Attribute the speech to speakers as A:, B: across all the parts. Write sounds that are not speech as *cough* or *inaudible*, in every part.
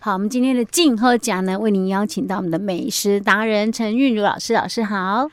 A: 好，我们今天的静喝家呢，为您邀请到我们的美食达人陈韵如老师，老师好。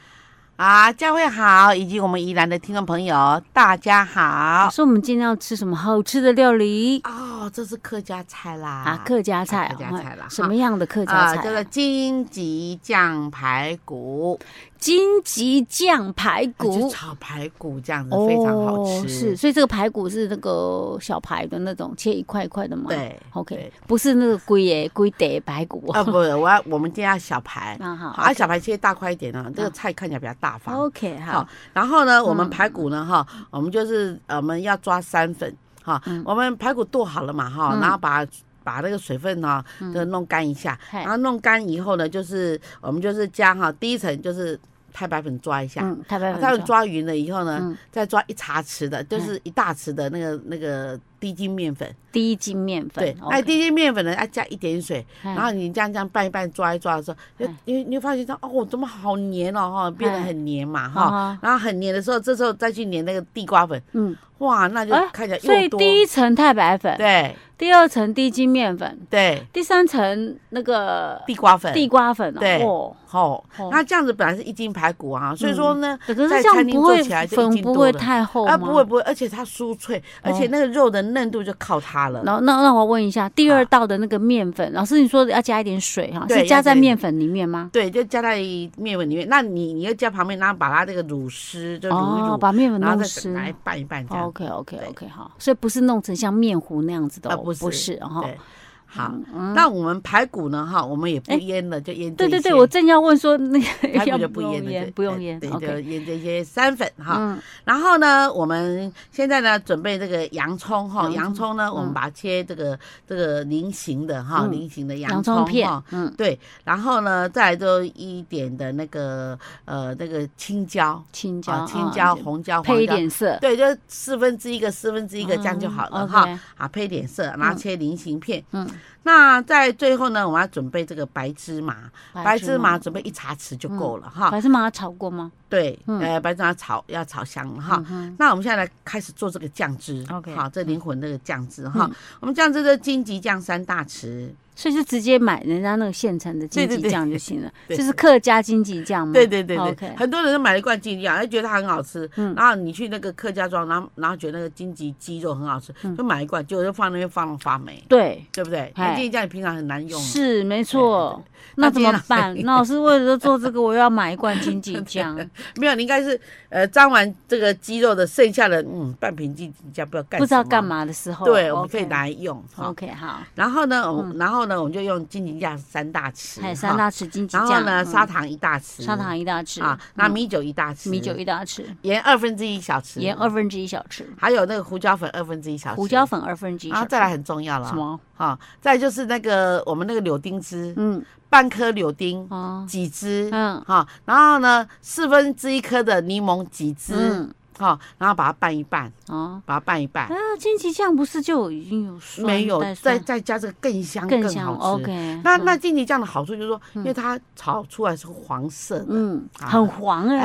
B: 啊，佳慧好，以及我们宜兰的听众朋友，大家好
A: 老。师，我们今天要吃什么好吃的料理
B: 哦，这是客家菜啦，
A: 啊？客家菜啊，
B: 客家菜啦
A: 什么样的客家
B: 啊，
A: 菜
B: 这
A: 啊？
B: 个荆棘酱排骨，
A: 荆棘酱排
B: 啊就哦
A: 骨。哦
B: 炒排骨这样子非常好吃，
A: 是，所以这个排骨是那个小排的那种，切一块一块的吗？
B: 对
A: ，OK，
B: 对
A: 不是那个龟耶龟的排骨
B: 啊，
A: *laughs* 哦。
B: 不，我要我们今天要小排，
A: 那好
B: 好，啊，小排切大块一点啊，哦嗯这个菜看起来比较大方。
A: ，OK，好
B: 好，，然后呢，我们排骨呢，哈，我们就是呃我们要抓三份，哈，我们排骨剁好了嘛，哈，然后把把那个水分呢，就弄干一下，
A: 嘿
B: 然后弄干以后呢，就是我们就是加哈，第一层就是太白粉抓一下。
A: 嗯，太白
B: 啊
A: 粉
B: 太
A: 抓
B: 白粉抓匀了以后
A: 嗯
B: 呢，再抓一茶匙的，就是一大匙的那个那个低筋面粉。
A: 第一斤面粉，
B: 对，
A: OK，
B: 那低筋面粉呢，要加一点水，
A: 嗯
B: 然后你这样这样拌一拌，抓一抓的时候，就
A: 嗯
B: 你你会发现说，哦，怎么好黏哦，哈，变得很黏嘛，
A: 好
B: 哈。
A: 好
B: 然后很黏的时候，这时候再去黏那个地瓜粉，
A: 嗯，
B: 哇，那就
A: 哎
B: 看起来
A: 所以
B: 又多。
A: 第一层太白粉，
B: 对
A: 第二层低筋面粉，
B: 对，
A: 第三层那个
B: 地瓜粉。
A: 地瓜嗯粉哦
B: 对
A: 哦，
B: 哦
A: 哦，
B: 那这样子本来是一斤排骨啊，所以说呢，
A: 可是
B: 在
A: 这样
B: 餐厅
A: 不
B: 做
A: 会
B: 起来就已
A: 粉
B: 经
A: 不
B: 多
A: 会
B: 了
A: 太哦厚吗？哦
B: 啊，不会。不会，而且它酥脆，而且那个肉的嫩度就靠它了。
A: 然后那那我问一下，第二
B: 好
A: 道的那个面粉，老师你说要加一点水哈，
B: 啊对
A: 是加
B: 要
A: 在
B: 加一点
A: 面粉里面吗？
B: 对，就加在面粉里面。那你你要加旁边，然后把它这个乳丝就乳一
A: 哦，
B: 乳，
A: 把面粉
B: 然
A: 弄
B: 后再
A: 湿。
B: 拿来拌一拌这样。
A: OK OK
B: 对
A: OK 好，所以不是弄成像面糊那样子的
B: 啊
A: 哦，
B: 不是
A: 哈。
B: 对，好，
A: 嗯
B: 那我们排骨呢？哈，我们也不腌了，就腌这
A: 哎对
B: 一些。
A: 对对，我正要问说那个 *laughs*
B: 排
A: 要
B: 骨就不
A: 用
B: 腌了，对
A: 不用腌
B: 对，就
A: ，OK，
B: 腌这些三粉哈。
A: 嗯，
B: 然后呢，我们现在呢准备这个洋葱哈，
A: 洋
B: 洋葱呢，我们把它切这个这个菱形的哈，
A: 嗯
B: 菱形的
A: 洋
B: 洋
A: 葱
B: 葱
A: 片
B: 哈，
A: 嗯，
B: 对，然后呢，再来就一点的那个呃那个青椒，
A: 青椒，
B: 啊，青
A: 嗯
B: 椒、
A: 就
B: 红椒、
A: 配
B: 黄
A: 一
B: 椒，
A: 点色，
B: 对，就四分之一个、四分之一个这样就好
A: 嗯
B: 了哈
A: OK。
B: 啊，配点色，然后切菱形片。
A: 嗯，
B: 那在最后呢，我们要准备这个白芝麻，白芝麻啊准备一茶匙就够了哈。
A: 嗯白芝麻炒过吗？
B: 对，
A: 嗯
B: 呃，白芝麻炒要炒香了哈
A: 嗯。哼
B: 那我们现在来开始做这个酱汁
A: OK
B: 好，这灵魂这个酱汁哈
A: 嗯。
B: 我们酱汁的荆棘酱三大匙，
A: 所以就直接买人家那个现成的荆
B: 对对
A: 棘
B: 对
A: 酱就行了，
B: *laughs* 对
A: 就是客家荆棘酱吗？
B: 对对
A: 嗯
B: 对对，
A: 哦，OK，
B: 很多人都买了一罐荆棘酱，他觉得它很好吃，
A: 嗯
B: 然后你去那个客家庄，然后然后觉得那个荆棘鸡肉很好吃，
A: 嗯
B: 就买一罐，结果就放那边放到发霉，
A: 对，
B: 对不对？
A: 哎
B: 那荆棘酱你平常很难用，
A: 是没错。那
B: 那
A: 怎么
B: 今天啊老
A: 办？那老师为了做这个，我又要买一罐荆棘
B: *laughs*
A: 酱。
B: 没有，你应该是呃沾完这个鸡肉的剩下的嗯半瓶荆棘酱不知道干
A: 不知道干
B: 什么，
A: 嘛的时候，
B: 对，
A: OK
B: 我们可以。拿来用哈。
A: OK，好，
B: 然后呢，我们然后呢，我们就用荆棘酱三大匙，
A: 还有
B: 哈
A: 三大匙金桔
B: 然
A: 酱，
B: 后呢，
A: 嗯
B: 砂糖一大匙，
A: 砂糖一大匙嗯
B: 啊，那米酒一大匙，
A: 米酒一大匙，
B: 盐二分之一小匙，
A: 盐二分之一小匙，
B: 还有那个胡椒粉二分之一小匙，
A: 胡椒，粉二分之一小匙，
B: 然后啊再来很重要了，
A: 什？么？
B: 哈、再就是那个我们那个柳丁汁，
A: 嗯，
B: 半颗柳丁
A: 哦，
B: 几枝，
A: 嗯
B: 哈、然后呢四分之一颗的柠檬几枝，
A: 嗯，
B: 哈、然后把它拌一拌，
A: 哦，
B: 把它拌一拌，
A: 啊，金桔酱不是就已经有酸
B: 没有
A: 带
B: 再
A: 酸
B: 再加这个更香
A: 嗯更
B: 好
A: 香
B: 吃。
A: ？OK，
B: 那
A: 嗯
B: 那荆棘酱的好处就是说，因为它炒出来是黄色的，
A: 嗯，
B: 啊
A: 很黄哎，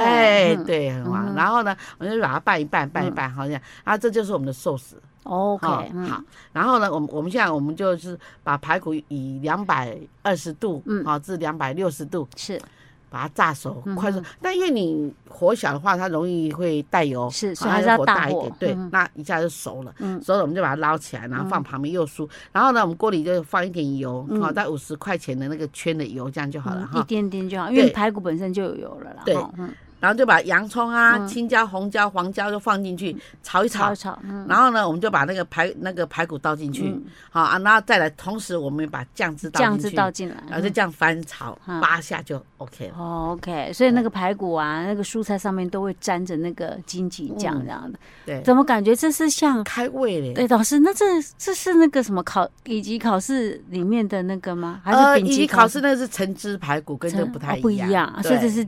B: 哎，
A: 嗯
B: 对，很
A: 嗯哼嗯
B: 黄。然后呢，我们就把它拌一拌，拌一拌，好像啊，这就是我们的寿司。
A: ，OK，
B: 好
A: 嗯
B: 哦好，然后呢，我们我们现在我们就是把排骨以两百二十度，
A: 嗯
B: 好、至两百六十度
A: 是
B: 把它炸熟，
A: 嗯哼
B: 快速。但因为你火小的话，它容易会带油，
A: 是所以
B: 好
A: 还是
B: 它
A: 要
B: 火
A: 大
B: 大一
A: 火
B: 点，对，
A: 嗯
B: 那一下就熟了。
A: 嗯
B: 熟了，我们就把它捞起来，然后放旁边又酥。然后呢，我们锅里就放一点油，好、在五十块钱的那个圈的油，这样就好了
A: 嗯
B: 哈。
A: 一点点就好，因为
B: 对
A: 排骨本身就有油了啦，
B: 对
A: 哈嗯，
B: 然后就把洋葱啊、青椒、红椒、黄椒就放进
A: 嗯
B: 去炒一
A: 炒
B: 炒
A: 一。炒，嗯，
B: 然后呢，我们就把那个排那个排骨倒进去，好啊，然后再来，同时我们也把酱汁倒
A: 酱
B: 进
A: 汁
B: 去，
A: 倒嗯进来，
B: 然后就这样翻炒
A: 嗯
B: 八下就 OK 了。
A: 哦，OK，所以那个排骨啊，那个蔬菜上面都会沾着那个荆棘酱这样的，
B: 嗯对，
A: 怎么感觉这是像？
B: 开胃嘞。
A: 对，老师，那这这是那个什么考以及考试里面的那个吗？还
B: 呃，
A: 是丙
B: 以
A: 级
B: 及考试那个是橙汁排骨，跟这个不太
A: 哦不一
B: 样，
A: 样，所以这
B: 对
A: 是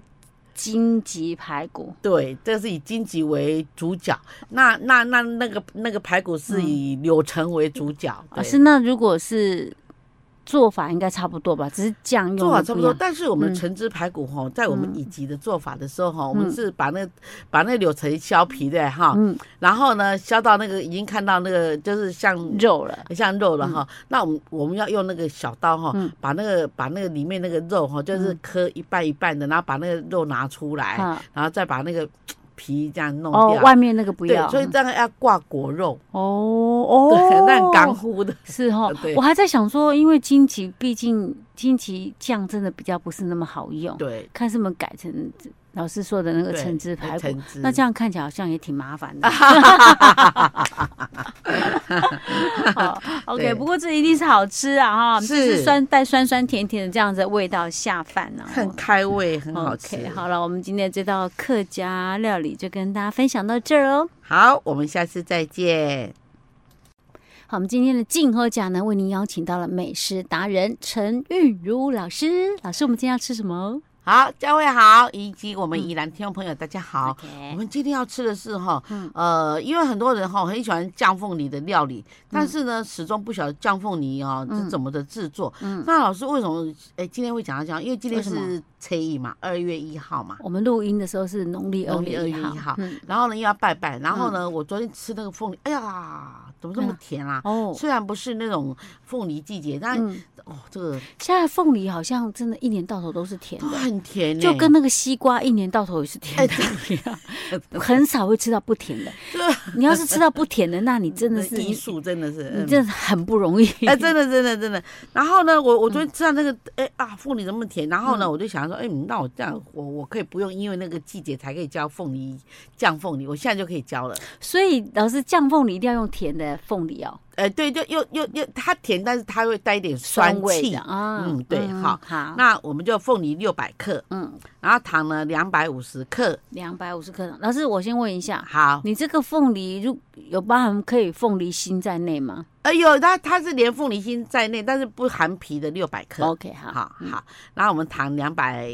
A: 荆棘排骨。
B: 对，这是以荆棘为主角，那那那
A: 嗯
B: 那个那个排骨是以柳橙为主角。
A: 老
B: 对
A: 师，那如果是做法应该差不多吧，只是酱用
B: 做法
A: 的
B: 差
A: 不
B: 不
A: 一
B: 多，
A: 样。
B: 但是我们
A: 嗯
B: 橙汁排骨哈，在我们
A: 嗯
B: 乙级的做法的时候哈，我
A: 嗯
B: 们是把那把那柳橙削皮的哈，
A: 嗯，
B: 然后呢削到那个已经看到那个就是像
A: 肉了，
B: 像肉了哈，那我们我们要用那个小刀哈
A: 嗯，
B: 把那个把那个里面那个肉哈，就是磕一半一半的，然后把那个肉拿出来，
A: 啊，
B: 然后再把那个皮这哎样弄
A: 哦，
B: 掉。
A: 外面那个不
B: 对
A: 要，，
B: 所以
A: 嗯
B: 这样要挂果肉，
A: 哦哦，
B: 对，那很干乎的。
A: 是哦
B: *laughs* 对，
A: 我还在想说，因为荆棘毕竟荆棘酱真的比较不是那么好用，
B: 对，
A: 看是不是改成老师说的那个
B: 对
A: 橙汁排骨，
B: 橙汁
A: 那这样看起来好像也挺麻烦
B: *laughs*
A: 的。好，OK，
B: 对
A: 不过这一定是好吃啊哈，
B: 是
A: 就是酸带酸酸甜甜的这样子的味道下饭呢、
B: 很开胃，很好吃。
A: OK，好了，我们今天这道客家料理就跟大家分享到这儿哦。
B: 好，我们下次再见。
A: 好，我们今天的静候奖呢，为您邀请到了美食达人陈韵如老师。老师，我们今天要吃什么
B: 好，各位好，以及我们宜兰听众朋友，大家好。我
A: ？OK，
B: 们今天要吃的是哈，
A: 嗯
B: 呃，因为很多人哈很喜欢酱凤梨的料理，
A: 嗯
B: 但是呢，始终不晓得酱凤梨啊是怎么的制作。那老师为什么哎今天会讲到这样？因为今天
A: 嗯为什么
B: 是初一嘛，二月一号嘛。
A: 我们录音的时候是农历二
B: 农历
A: 月一
B: 2月一
A: 号
B: 号。
A: 嗯，
B: 然后呢又要拜拜，然后呢，我昨天吃那个凤梨，哎呀，怎么这么甜啊？
A: 哦，
B: 虽然不是那种凤梨季节，但、
A: 嗯，
B: 哦，这个
A: 现在凤梨好像真的一年到头都是甜
B: 都
A: 的，
B: 很甜、欸，
A: 就跟那个西瓜一年到头也是甜
B: 哎
A: 的， *laughs* 很少会吃到不甜
B: *laughs*
A: 的。你要是吃到不甜的，那你真的是
B: 艺术，真的是，
A: 你
B: 嗯
A: 真的很不容易。 *laughs*
B: *laughs* 哎，真的，真的，真的。然后呢，我
A: 嗯
B: 我昨天吃到那个，哎啊，凤梨那么甜，然后呢，我就想说，哎，那我这样，我我可以不用因为那个季节才可以浇凤梨酱凤梨，我现在就可以浇了。
A: 所以老师酱凤梨一定要用甜的凤梨哦，
B: 哎，对，就又又又它甜，但是它会带一点
A: 味
B: 气
A: 的。啊。
B: 嗯对好
A: 好，
B: 那我们就凤梨六百克，
A: 嗯。
B: 然后糖呢两百五十克。
A: 两百五十克。老师，我先问一下，
B: 好，
A: 你这个凤梨如有包含可以凤梨心在内吗
B: 哎呦，它它是连凤梨心在内，但是不含皮的六百克。
A: ？OK，好，嗯
B: 好好，然后我们糖两百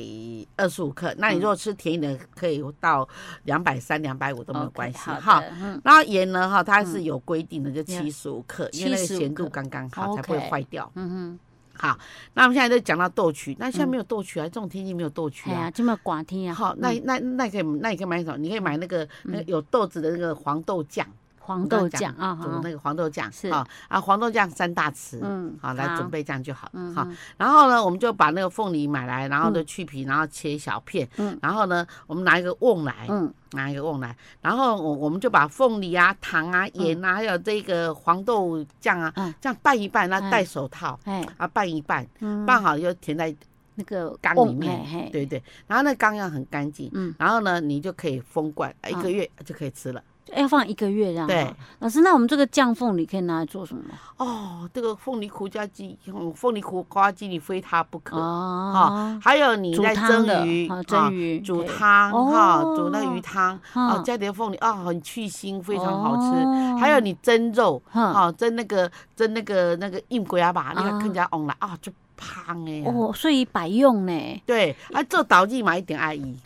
B: 二十五克，
A: 嗯
B: 那你如果吃甜一点，可以到两百三、两百五都没有
A: OK，
B: 关系
A: 好的
B: 哈。
A: 嗯
B: 然后盐呢，哈，它是有规定的，就七十五克，因为那个
A: 75
B: 咸度
A: 克
B: 刚刚好，才
A: OK
B: 不会坏掉。
A: 嗯
B: 好，那我们现在就讲到豆曲，那现在没有豆曲啊，这种天气没有豆曲
A: 哼，哎呀，嗯
B: 啊。
A: 这么寡天啊，
B: 好，那那那可以，那你可以买什么？你可以买那个那个有豆子的那个黄豆酱，
A: 黄豆
B: 我刚刚
A: 酱
B: 讲
A: 啊，
B: 煮的
A: 哈，
B: 那个黄豆酱
A: 是
B: 啊啊，黄豆酱三大匙，
A: 嗯
B: 好来准，备这样就好了
A: 嗯
B: 哈
A: 哼。
B: 然后呢，我们就把那个凤梨买来，然后就去皮，然后切小片。
A: 嗯
B: 然后呢，我们拿一个瓮来，
A: 嗯，
B: 拿一个瓮来，然后我我们就把凤梨啊、糖啊、盐啊，还有这个黄豆酱啊
A: 嗯，
B: 这样拌一拌，那
A: 哎
B: 戴手套
A: 哎，
B: 啊拌一拌，
A: 嗯
B: 拌好就填在
A: 那个
B: 缸
A: 瓮哎
B: 里面
A: 嘿，嘿
B: 对对。然后那缸要很干净，
A: 嗯，
B: 然后呢，你就可以封罐，一
A: 嗯
B: 个月就可以吃了。
A: 要放一个月这样。
B: 对，
A: 老师，那我们这个酱凤梨可以拿来做什么？
B: 哦，这个凤梨苦瓜鸡，嗯凤梨苦瓜鸡你非它不可。
A: 哦，
B: 还有你
A: 煮
B: 在
A: 汤
B: 蒸
A: 的
B: 鱼，
A: 啊，
B: 啊
A: 蒸鱼
B: 煮
A: 可以
B: 汤哈，
A: 哦
B: 煮那鱼汤啊，
A: 哈
B: 加点凤梨啊，很去腥，非常好吃。
A: 哦嗯
B: 还有你蒸肉
A: 哈
B: 啊，蒸那个蒸那个那个硬龟啊吧，那
A: 啊
B: 个更加红了啊，就香哎。
A: 哦，所以百用呢。
B: 对，啊，做导记嘛一定爱伊，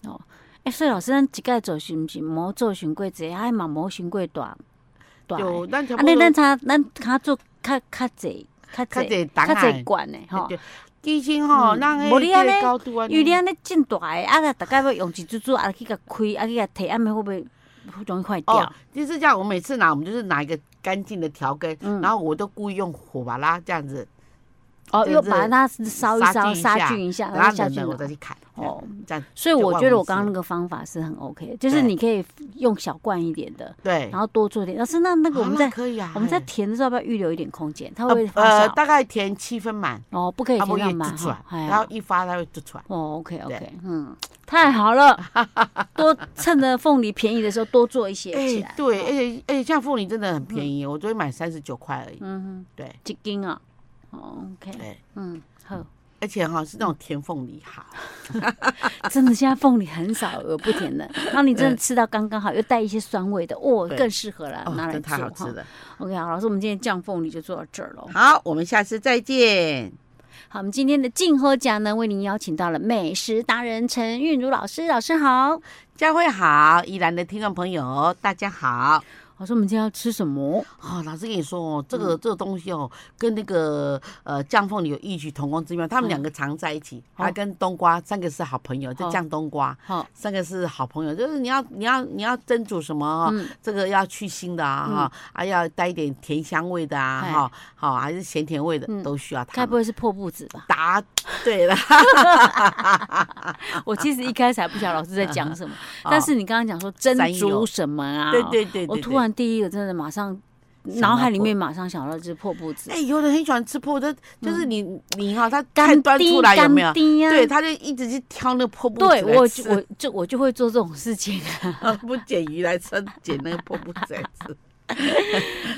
A: 哎、所以老师，咱一届做是毋是无做伤过济，还嘛无伤过大大的。
B: 就咱差
A: 啊，
B: 不
A: 你咱
B: 多。
A: 差咱较做较较济较
B: 较
A: 济
B: 侪档
A: 较济
B: 案，
A: 管的吼。
B: 对，其实吼，
A: 嗯
B: 咱
A: 无你
B: 迄
A: 安尼
B: 个高度啊，
A: 因为你安尼真大个，啊，咱大概要用一支珠啊去甲开，啊去甲摕，安尼会不会容易坏掉？
B: 哦，就是这样。我每次拿，我们就是拿一个干净的条根，
A: 嗯
B: 然后我都故意用火把它这样子，
A: 哦，
B: 就
A: 又
B: 是
A: 把它烧一
B: 杀
A: 烧，
B: 菌一
A: 杀
B: 下
A: 菌一下，
B: 然
A: 然后
B: 后
A: 下
B: 冷
A: 去
B: 了我
A: 拿
B: 再。去砍。哦
A: 哦，
B: 这样
A: 所以
B: 就
A: 我
B: 万
A: 觉得
B: 无
A: 我刚
B: 一
A: 刚
B: 失
A: 那个方法是很 OK 的，就是
B: 对
A: 你可以用小罐一点的，
B: 对
A: 然，后多做一点。老师，那那个我们
B: 啊
A: 在、
B: 可以啊，
A: 我们在
B: 嘿
A: 填的时候要不要预留一点空间？它会
B: 呃
A: 不会发酵？
B: 呃大概填七分满，
A: 哦，不可以
B: 它不
A: 填
B: 会
A: 到
B: 溢
A: 满
B: 出来
A: 哈，，哎
B: 然
A: 呀
B: 后，一发它会就出来。
A: 哦，OK
B: 对
A: OK，嗯，太好 *laughs* 了，多趁着凤梨便宜的时候多做一些起来，
B: 哎
A: 哦
B: 对，而且而且像凤梨真的很便宜，我昨天买三十九块而已。
A: 嗯哼，
B: 对
A: 一斤啊哦，OK，
B: 对，
A: 嗯，好，
B: 而且哈是那种甜凤梨哈，啊
A: 真的现在凤梨很少有不甜
B: *laughs*
A: 的，然后你真的吃到刚刚好，又带一些酸味的，哦，
B: 对
A: 更适合了，
B: 哦，
A: 拿来
B: 真太
A: 做
B: 好吃
A: 哈。
B: 了。
A: OK，好，老师，我们今天酱凤梨就做到这儿喽。
B: 好，我们下次再见。
A: 好，我们今天的静候奖呢，为您邀请到了美食达人陈韵如老师，老师好。
B: 佳慧好，宜兰的听众朋友大家好，
A: 老师，我们今天要吃什么？
B: 好、老师跟你说哦，
A: 嗯
B: 这个、这个东西哦，跟那个呃酱凤梨有异曲同工之妙，他们两个常在一起，它、跟冬瓜三个是好朋友，就
A: 嗯哦
B: 酱冬瓜。
A: 好，
B: 三个是好朋友，就是你要你要你要蒸煮什么
A: 啊嗯
B: 哈、这个要去腥的啊哈、啊要带一点甜香味的啊
A: 哎
B: 哈，好、还是咸甜味的、
A: 嗯
B: 都需要它
A: 该不
B: 们。
A: 会是破布子
B: *laughs*
A: 吧？
B: 答对了，
A: 我哦其实一开始还不晓得老师在讲什么，
B: *laughs*
A: 但是你刚刚讲说蒸
B: 哦三
A: 煮
B: 有
A: 什么啊？
B: 对对对对
A: 我
B: 对
A: 突然第一个真的马上
B: 想
A: 脑
B: 到
A: 海里
B: 破
A: 面马上想到就是破布子
B: 哎、，有的很喜欢吃破的，就是你、你哈、它
A: 干
B: 菜端
A: 滴
B: 出来有没有
A: 嗯干？滴呀、
B: 对，他就一直去挑那个破布子
A: 对
B: 来
A: 我
B: 吃
A: 就我就我就会做这种事情。 *laughs*
B: *laughs* 不捡鱼来吃，捡那个破布子来吃，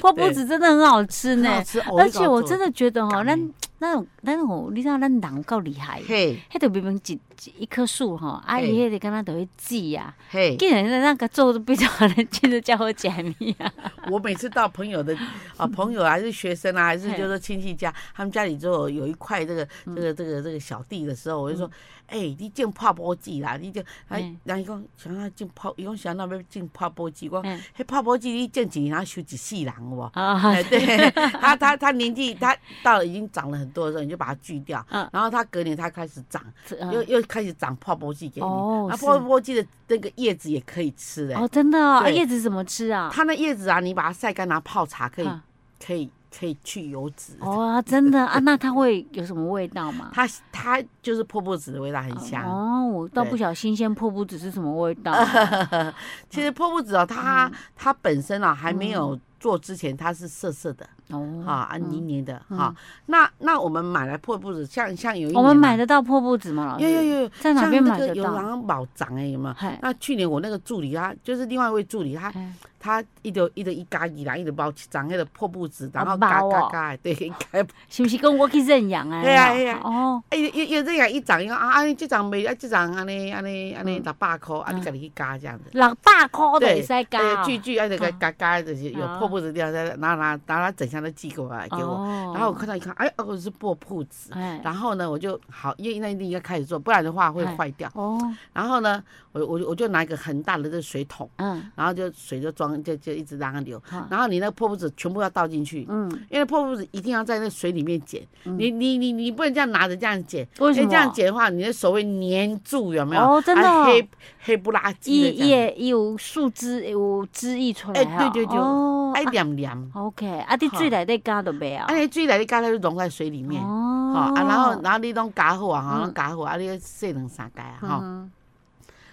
A: 破布子 *laughs* 真的很好吃
B: 很
A: 呢，
B: 好吃。
A: 而且我真
B: 的
A: 的觉得哈，
B: 干
A: 咱咱有咱有，你知道咱人有够厉害的，
B: 嘿
A: 迄就明明一一一棵树吼，啊
B: 嘿
A: 伊迄个敢若就会记啊，
B: 嘿，
A: 竟然那个做的比较人 *laughs* 真的叫我解密啊，
B: 我每次到朋友
A: *laughs*
B: 的啊，朋友还是学生啊，还是
A: 嘿嗯
B: 就是说亲戚家，他们家里就有有一块这个这个这个这个小地的时候，我就说，哎，你种泡波季啦，你种哎
A: 嗯，
B: 人伊讲想要种泡，伊讲想要要种泡波季，我
A: 嗯
B: 讲迄泡波季你种一年，然后收一世人有无？
A: *laughs* 啊
B: 哎，对 *laughs* 他，他他年纪他到了已经长了很多的时候，你就把它锯掉
A: 嗯，
B: 然后他隔年他开始长， *laughs* 又
A: 嗯
B: 又开始长泡波季给你，
A: 哦
B: 那
A: 是
B: 泡波季的那个叶子也可以吃的，
A: 哦真的哦，啊
B: 对
A: 叶子怎么吃啊？
B: 它那叶子啊，你把它晒干拿泡茶，可以、
A: 啊
B: 可以可以去油脂。
A: 哦啊真的
B: *laughs*
A: 啊，那它会有什么味道吗？
B: 它它就是破布子的味道很香。
A: 哦，我倒
B: 对
A: 不晓得新鲜破布子是什么味道啊
B: *laughs* 其实破布子哦，它、
A: 嗯
B: 它本身啊还没有做之前，它是涩涩的
A: 哦
B: 哈，啊黏黏的哈。那那我们买来破布子，像像有一年
A: 嗯
B: 啊
A: 我们买得到破布子吗？老
B: 有有
A: 师，
B: 有，
A: 在哪边
B: 像那
A: 买
B: 个
A: 得
B: 有
A: 到
B: 狼宝藏哎，有没有？
A: 嗨
B: 那去年我那个助理啊，就是另外一位助理，他
A: 哎
B: 他一头一头一嘎一啦，一头包长那个破布子，然
A: 哦
B: 后嘎
A: 包
B: 嘎
A: 哦
B: 嘎，对， *laughs* 嘎
A: 是不是跟我去认养啊？
B: 嘿啊嘿啊
A: 哦，
B: 哎，又又这样一涨，又啊，啊，这涨没，啊，这涨，安尼安尼安尼
A: 嗯
B: 六百块，啊，你
A: 嗯
B: 家己去加这样子。
A: 六百块都
B: 对
A: 会使加
B: 哎
A: 哦，
B: 锯锯，啊，这个加加就是有
A: 啊
B: 破布子掉，再拿拿拿拿整箱都寄给我，给我。
A: 哦
B: 然后我看到一看，哎，哦，是破布子。
A: 哎
B: 然后呢，我就好，因为那一定要开始做，不然的话会
A: 哎
B: 坏掉。
A: 哦
B: 然后呢，我我我就拿一个很大的这个水桶，
A: 嗯
B: 然后就水就装，就就一直让它流
A: 好。
B: 然后你那个破布子全部要倒进去，
A: 嗯，
B: 因为破布子一定要在那水里面剪，你你你你不能这样拿着这样剪，
A: 为什
B: 因
A: 么
B: 这样剪的话，你的手会粘住，有没有？
A: 哦真的
B: 啊
A: 哦
B: 黑黑不拉几的
A: 伊
B: 这样，
A: 也有树枝有枝叶出来
B: 哎
A: 哈，
B: 对对对
A: 哦
B: 哎凉凉，
A: 啊，OK，啊，你
B: 好
A: 水内底加都袂啊
B: 啊，，你水来你刚才就溶在水里面，好
A: 哦
B: 啊，然后然后你拢加好啊，
A: 嗯
B: 哈，拢加好啊，你洗两三盖啊，哈，
A: 嗯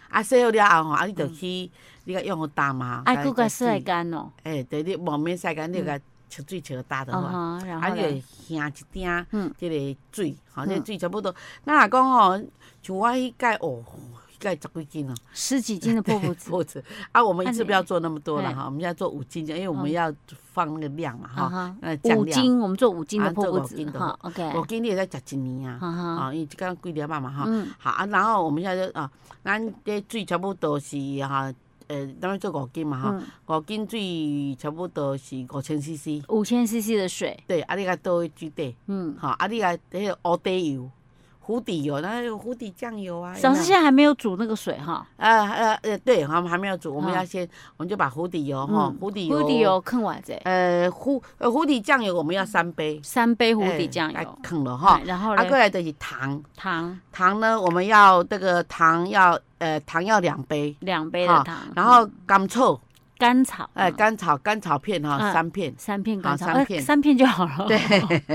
B: 啊洗好了后吼，啊你就去你个用个打嘛，
A: 啊，佫甲嗯
B: 水
A: 晒，干咯，
B: 哎对，你无免晒干，你个切水切大就好啊。
A: 啊哈，然
B: 啊，
A: 后
B: 你就
A: 嘞，
B: 掀一点
A: 嗯，
B: 即个水，吼，即
A: 嗯
B: 个水差不多。咱若讲吼，像我迄届哦，迄届十几斤哦，
A: 十几斤的破布
B: *laughs*
A: 子，
B: 或者啊，我们一
A: 啊
B: 次
A: 你
B: 不要做那么多了
A: 哎
B: 哈，我们现在做五斤这样，因为我
A: 嗯
B: 们要放那个量嘛
A: 啊
B: 哈，
A: 哈，
B: 那呃酱
A: 五
B: 量。
A: 斤，我们做五斤的
B: 啊
A: 破
B: 做
A: 布
B: 五
A: 子
B: 斤的
A: 哈，OK，
B: 我今年在食一年啊，
A: 哈哈，
B: 啊，因为这个几粒嘛嘛哈，
A: 嗯
B: 好啊，然后我们现在就啊，咱这水差不多是哈，呃，咱们做五斤嘛
A: 嗯，
B: 哈，五斤水差不多是五千 CC，
A: 五千 CC 的水，
B: 对，啊，你甲倒去水底。
A: 嗯，
B: 好，啊，你啊，迄个乌底油、湖底油，那有湖底酱油
A: 老
B: 啊。
A: 师
B: 有没
A: 现
B: 有
A: 在还没有煮那个水哈，
B: 呃呃呃，对，我们还没有煮，我
A: 嗯
B: 们要先，我们就把湖底油哈
A: 嗯，
B: 湖底油，
A: 湖底，油坑偌者，
B: 呃，湖呃湖底酱油我们要三杯，
A: 三杯湖
B: 哎
A: 底酱
B: 来
A: 油，
B: 啃了哈
A: 哎。然后
B: 啊，过
A: 嘞，
B: 来就是糖，
A: 糖
B: 糖呢，我们要这个糖要呃糖要两杯，
A: 两杯
B: 好
A: 的糖，
B: 然后甘草，
A: 甘草，
B: 哎，
A: 嗯
B: 甘草甘草片哈
A: 嗯哦
B: 三片，
A: 三片甘
B: 好
A: 草，
B: 三
A: 呃
B: 片
A: 三片就好了。
B: 对，
A: *laughs*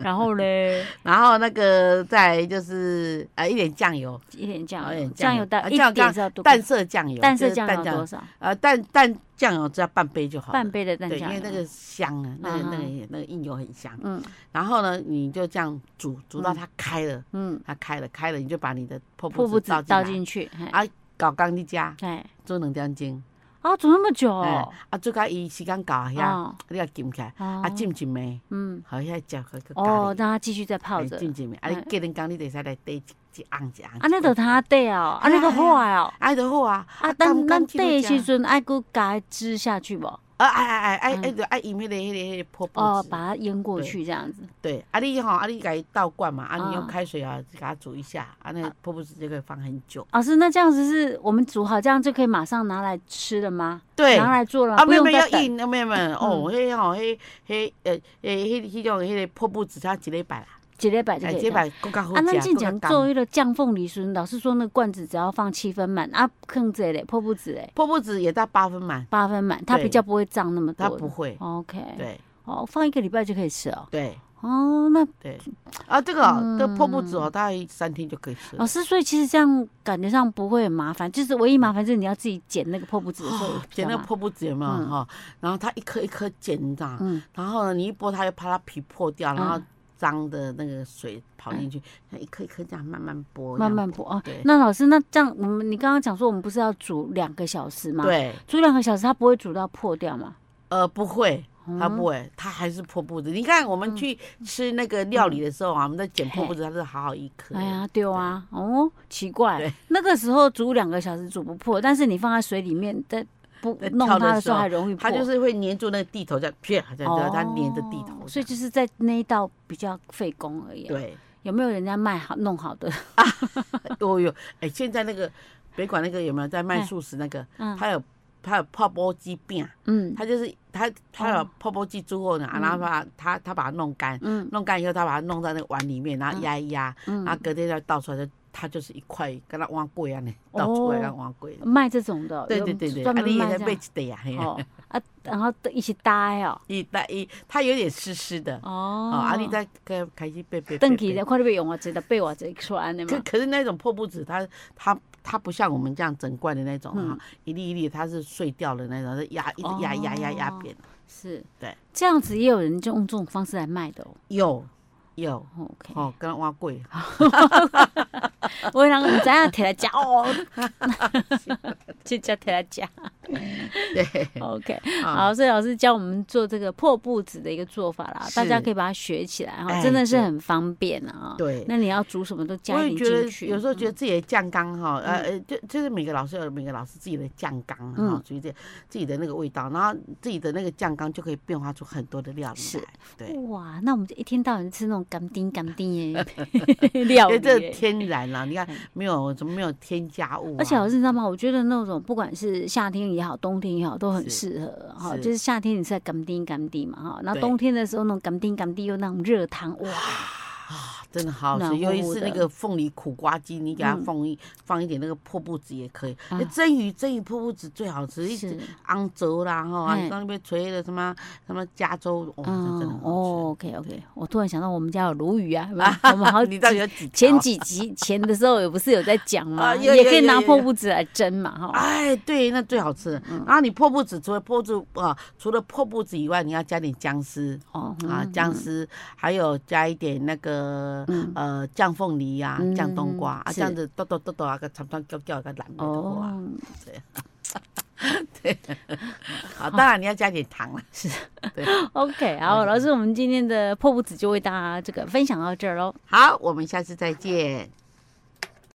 A: 然后嘞，
B: 然后那个再就是呃一点酱油，
A: 一点酱
B: 一
A: 油，
B: 点
A: 酱
B: 酱
A: 油
B: 油
A: 大
B: 啊
A: 一
B: 酱油
A: 点
B: 刚
A: 是要多
B: 淡色酱油，
A: 淡
B: 就
A: 色
B: 是
A: 酱油
B: 酱
A: 多少？
B: 呃，淡淡酱油只要半杯就好了，
A: 半杯的淡
B: 对，因
A: 酱
B: 为
A: 油。
B: 那个香啊，那个
A: 啊哈
B: 那个那个硬油很香。
A: 嗯
B: 然后呢，你就这样煮，煮到
A: 嗯
B: 它开了，
A: 嗯，
B: 它开了开了，你就把你的破
A: 瀑布
B: 布
A: 子
B: 子倒
A: 倒
B: 进来，
A: 进去，嘿
B: 啊搞干你加
A: 哎，
B: 做两点钟，
A: 啊，煮那么久
B: 哎
A: 哦，
B: 啊做到伊时间到啊遐，
A: 哦
B: 你要浸起来，啊
A: 啊
B: 浸一暝，
A: 嗯，
B: 好遐食个个
A: 哦，
B: 咖喱，
A: 让它继续再泡
B: 哎
A: 着。
B: 浸一暝，啊
A: 哎
B: 你隔天讲你就使来滴一一盎一盎。
A: 啊，那都它底哦，啊，
B: 哎呀
A: 那个坏哦。
B: 哎就好啊，
A: 啊，
B: 甘
A: 咱咱
B: 甘
A: 底的
B: 去
A: 时
B: 吃
A: 阵爱搁加汁下去不？
B: 啊哎哎哎哎哎，就爱用迄个迄个迄个破布
A: 嗯哦，
B: 纸，
A: 把它淹过去这样子。
B: 对，啊你吼啊你给它倒灌嘛，啊你用
A: 啊
B: 开水啊给它煮一下，啊那个破布纸就可以放很久。
A: 老师，那这样子是我们煮好，这样就可以马上拿来吃了吗？
B: 对，
A: 拿来做了，
B: 啊，
A: 不
B: 没有
A: 用
B: 没有
A: 再
B: 要
A: 等。嗯
B: 印，没有没有，哦，迄吼迄迄呃呃迄迄种迄个破布纸，它一礼拜啦，
A: 几礼拜就
B: 哎
A: 可
B: 一
A: 以
B: 礼
A: 了。
B: 拜更加好
A: 啊，咱
B: 食，
A: 进
B: 更
A: 前
B: 加
A: 做
B: 甘。
A: 迄个酱凤梨酥，老师说那个罐子只要放七分满啊，坑这嘞破布子嘞
B: 破布纸也到八分满，
A: 八分满，它
B: 对
A: 比较不会胀那么多
B: 它
A: 的。
B: 不会，
A: OK，，
B: 对
A: 哦，放一个礼拜就可以吃哦。
B: 对
A: 哦，那
B: 对。啊，这个哦
A: 嗯
B: 这个破布纸哦，大概三天就可以吃了
A: 老。师，所以其实这样感觉上不会很麻烦，就是唯一麻烦就是你要自己剪那个破布子的时候
B: 哦，
A: 比较
B: 剪那个
A: 麻
B: 破布纸有没有
A: 嗯
B: 哈？然后它一颗一颗剪的，
A: 嗯
B: 然后呢，你一剥它又怕它皮破掉，然后
A: 嗯
B: 脏的那个水跑进去，一颗一颗这样慢慢剥，
A: 慢慢
B: 这
A: 剥哦
B: 对。
A: 那老师，那这样我们你刚刚讲说我们不是要煮两个小时吗？
B: 样。，对，
A: 煮两个小时它不会煮到破掉吗？
B: 呃，不会，它
A: 嗯
B: 不会，它还是破布子。你看我们去吃那个料理的时候啊，我们在剪破布子，它是好好一颗。
A: 哎呀，对啊，哦，奇怪
B: 对，
A: 那个时候煮两个小时煮不破，但是你放在水里面在不
B: 在
A: 弄
B: 跳
A: 它
B: 的
A: 的时候
B: 时候
A: 还容易破，
B: 它就是会粘住那个地头，这样啪，这样这样它粘着地头
A: 哦
B: 这
A: 所以
B: 样。
A: 就是在那一道比较费工而已。，啊
B: 对，
A: 有没有人家卖好弄好的？ *laughs*
B: 哦哟，哎，现在那个别管那个有没有在卖
A: 哎
B: 素食那个，
A: 嗯
B: 它有它有泡波鸡饼，啊
A: 嗯
B: 它就是它它有
A: 哦
B: 泡波鸡之后呢，啊然后把它它把它弄干，
A: 嗯
B: 弄干以后它把它弄到那个碗里面，然后
A: 嗯
B: 压一压，然
A: 嗯，
B: 后隔天再倒出来，就它就是一块跟它碗粿啊呢，倒出来
A: 哦
B: 跟碗粿。
A: 卖这种的哦，
B: 对
A: 有
B: 对对对，
A: 专
B: 啊，
A: 门
B: 你也
A: 卖
B: 在
A: 这
B: 买一
A: 样。
B: 袋呀，嘿呀
A: 哦啊，然后一起搭哦。
B: 一袋一，它有点湿湿的，
A: 哦
B: 哦，啊，你再开开始背背
A: 邓
B: 背
A: 起
B: 背
A: 的，。快点被用我这的被我这穿的
B: 可
A: 嘛。
B: 可是那种破布纸，它它它不像我们这样整罐的那种
A: 嗯
B: 哈，一粒一粒它是碎掉的那种，是压一直压压压压
A: 哦
B: 扁。
A: 是，
B: 对，
A: 这样子也有人就用这种方式来卖的哦。
B: 有有
A: OK，
B: 哦，跟挖 *laughs* 贵，
A: 我人唔知影摕来食
B: *laughs*
A: 哦， *laughs* 直接摕来食。
B: 哦对，
A: OK，
B: 啊
A: 好，所以老师教我们做这个破布子的一个做法啦，
B: 是
A: 大家可以把它学起来哈，
B: 哎
A: 真的是
B: 对
A: 很方便啊。
B: 对。
A: 那你要煮什么都
B: 我
A: 加
B: 也
A: 一
B: 觉
A: 点
B: 得
A: 进去。嗯
B: 有时候觉得自己的酱缸哈，呃呃，就就是每个老师有每个老师自己的酱缸哈
A: 嗯，
B: 属于这自己的那个味道，然后自己的那个酱缸就可以变化出很多的料理
A: 是嗯
B: 来，对，
A: 哇，那我们就一天到晚吃那种干丁干
B: *laughs*
A: 丁的料
B: 因
A: 理
B: 为哎这
A: 耶。
B: 天然啊啦，你看没有怎么没有添加物啊，
A: 而且老师你知道吗？我觉得那种不管是夏天也好，冬天也好，都很适合哈。
B: 是
A: 就是夏天你是在干丁干丁嘛哈，然后
B: 对
A: 冬天的时候那种干丁干丁又那种热汤，哇，
B: 真的好好
A: 暖
B: 吃，尤其
A: 乎乎
B: 是
A: 的
B: 那个凤梨苦瓜鸡，你给它
A: 嗯
B: 放一放一点那个破布子也可以，
A: 啊
B: 那蒸鱼蒸鱼破布子最好吃，一直
A: 是
B: 昂州啦哈，啊
A: 嘿
B: 你到那边吹的什么什么加州，哇，这真的
A: 嗯
B: 很好
A: 哦，OK OK，我突然想到我们家有鲈鱼啊，有没有我们好
B: 吃。 *laughs* 你到底有几条
A: 前？几集前的时候也不是有在讲吗？
B: *laughs* 啊有
A: 也可以
B: 有有
A: 拿
B: 有
A: 破布纸来蒸嘛，哈。
B: 哎，对，那最好吃的。
A: 嗯
B: 然后你破布子除了破布啊，除了破布子以外，你要加点姜丝
A: 哦
B: 啊，
A: 嗯
B: 姜
A: 嗯
B: 丝，还有加一点那个
A: 嗯
B: 呃酱凤梨呀、酱冬瓜啊，
A: 嗯
B: 这样子剁剁剁剁啊，个长长叫叫个蓝莓啊。
A: 哦，
B: 啊，当然你要加点糖了。
A: OK，好，老师，我们今天的破布纸就为大家这个分享到这儿喽。
B: 好，我们下次再见。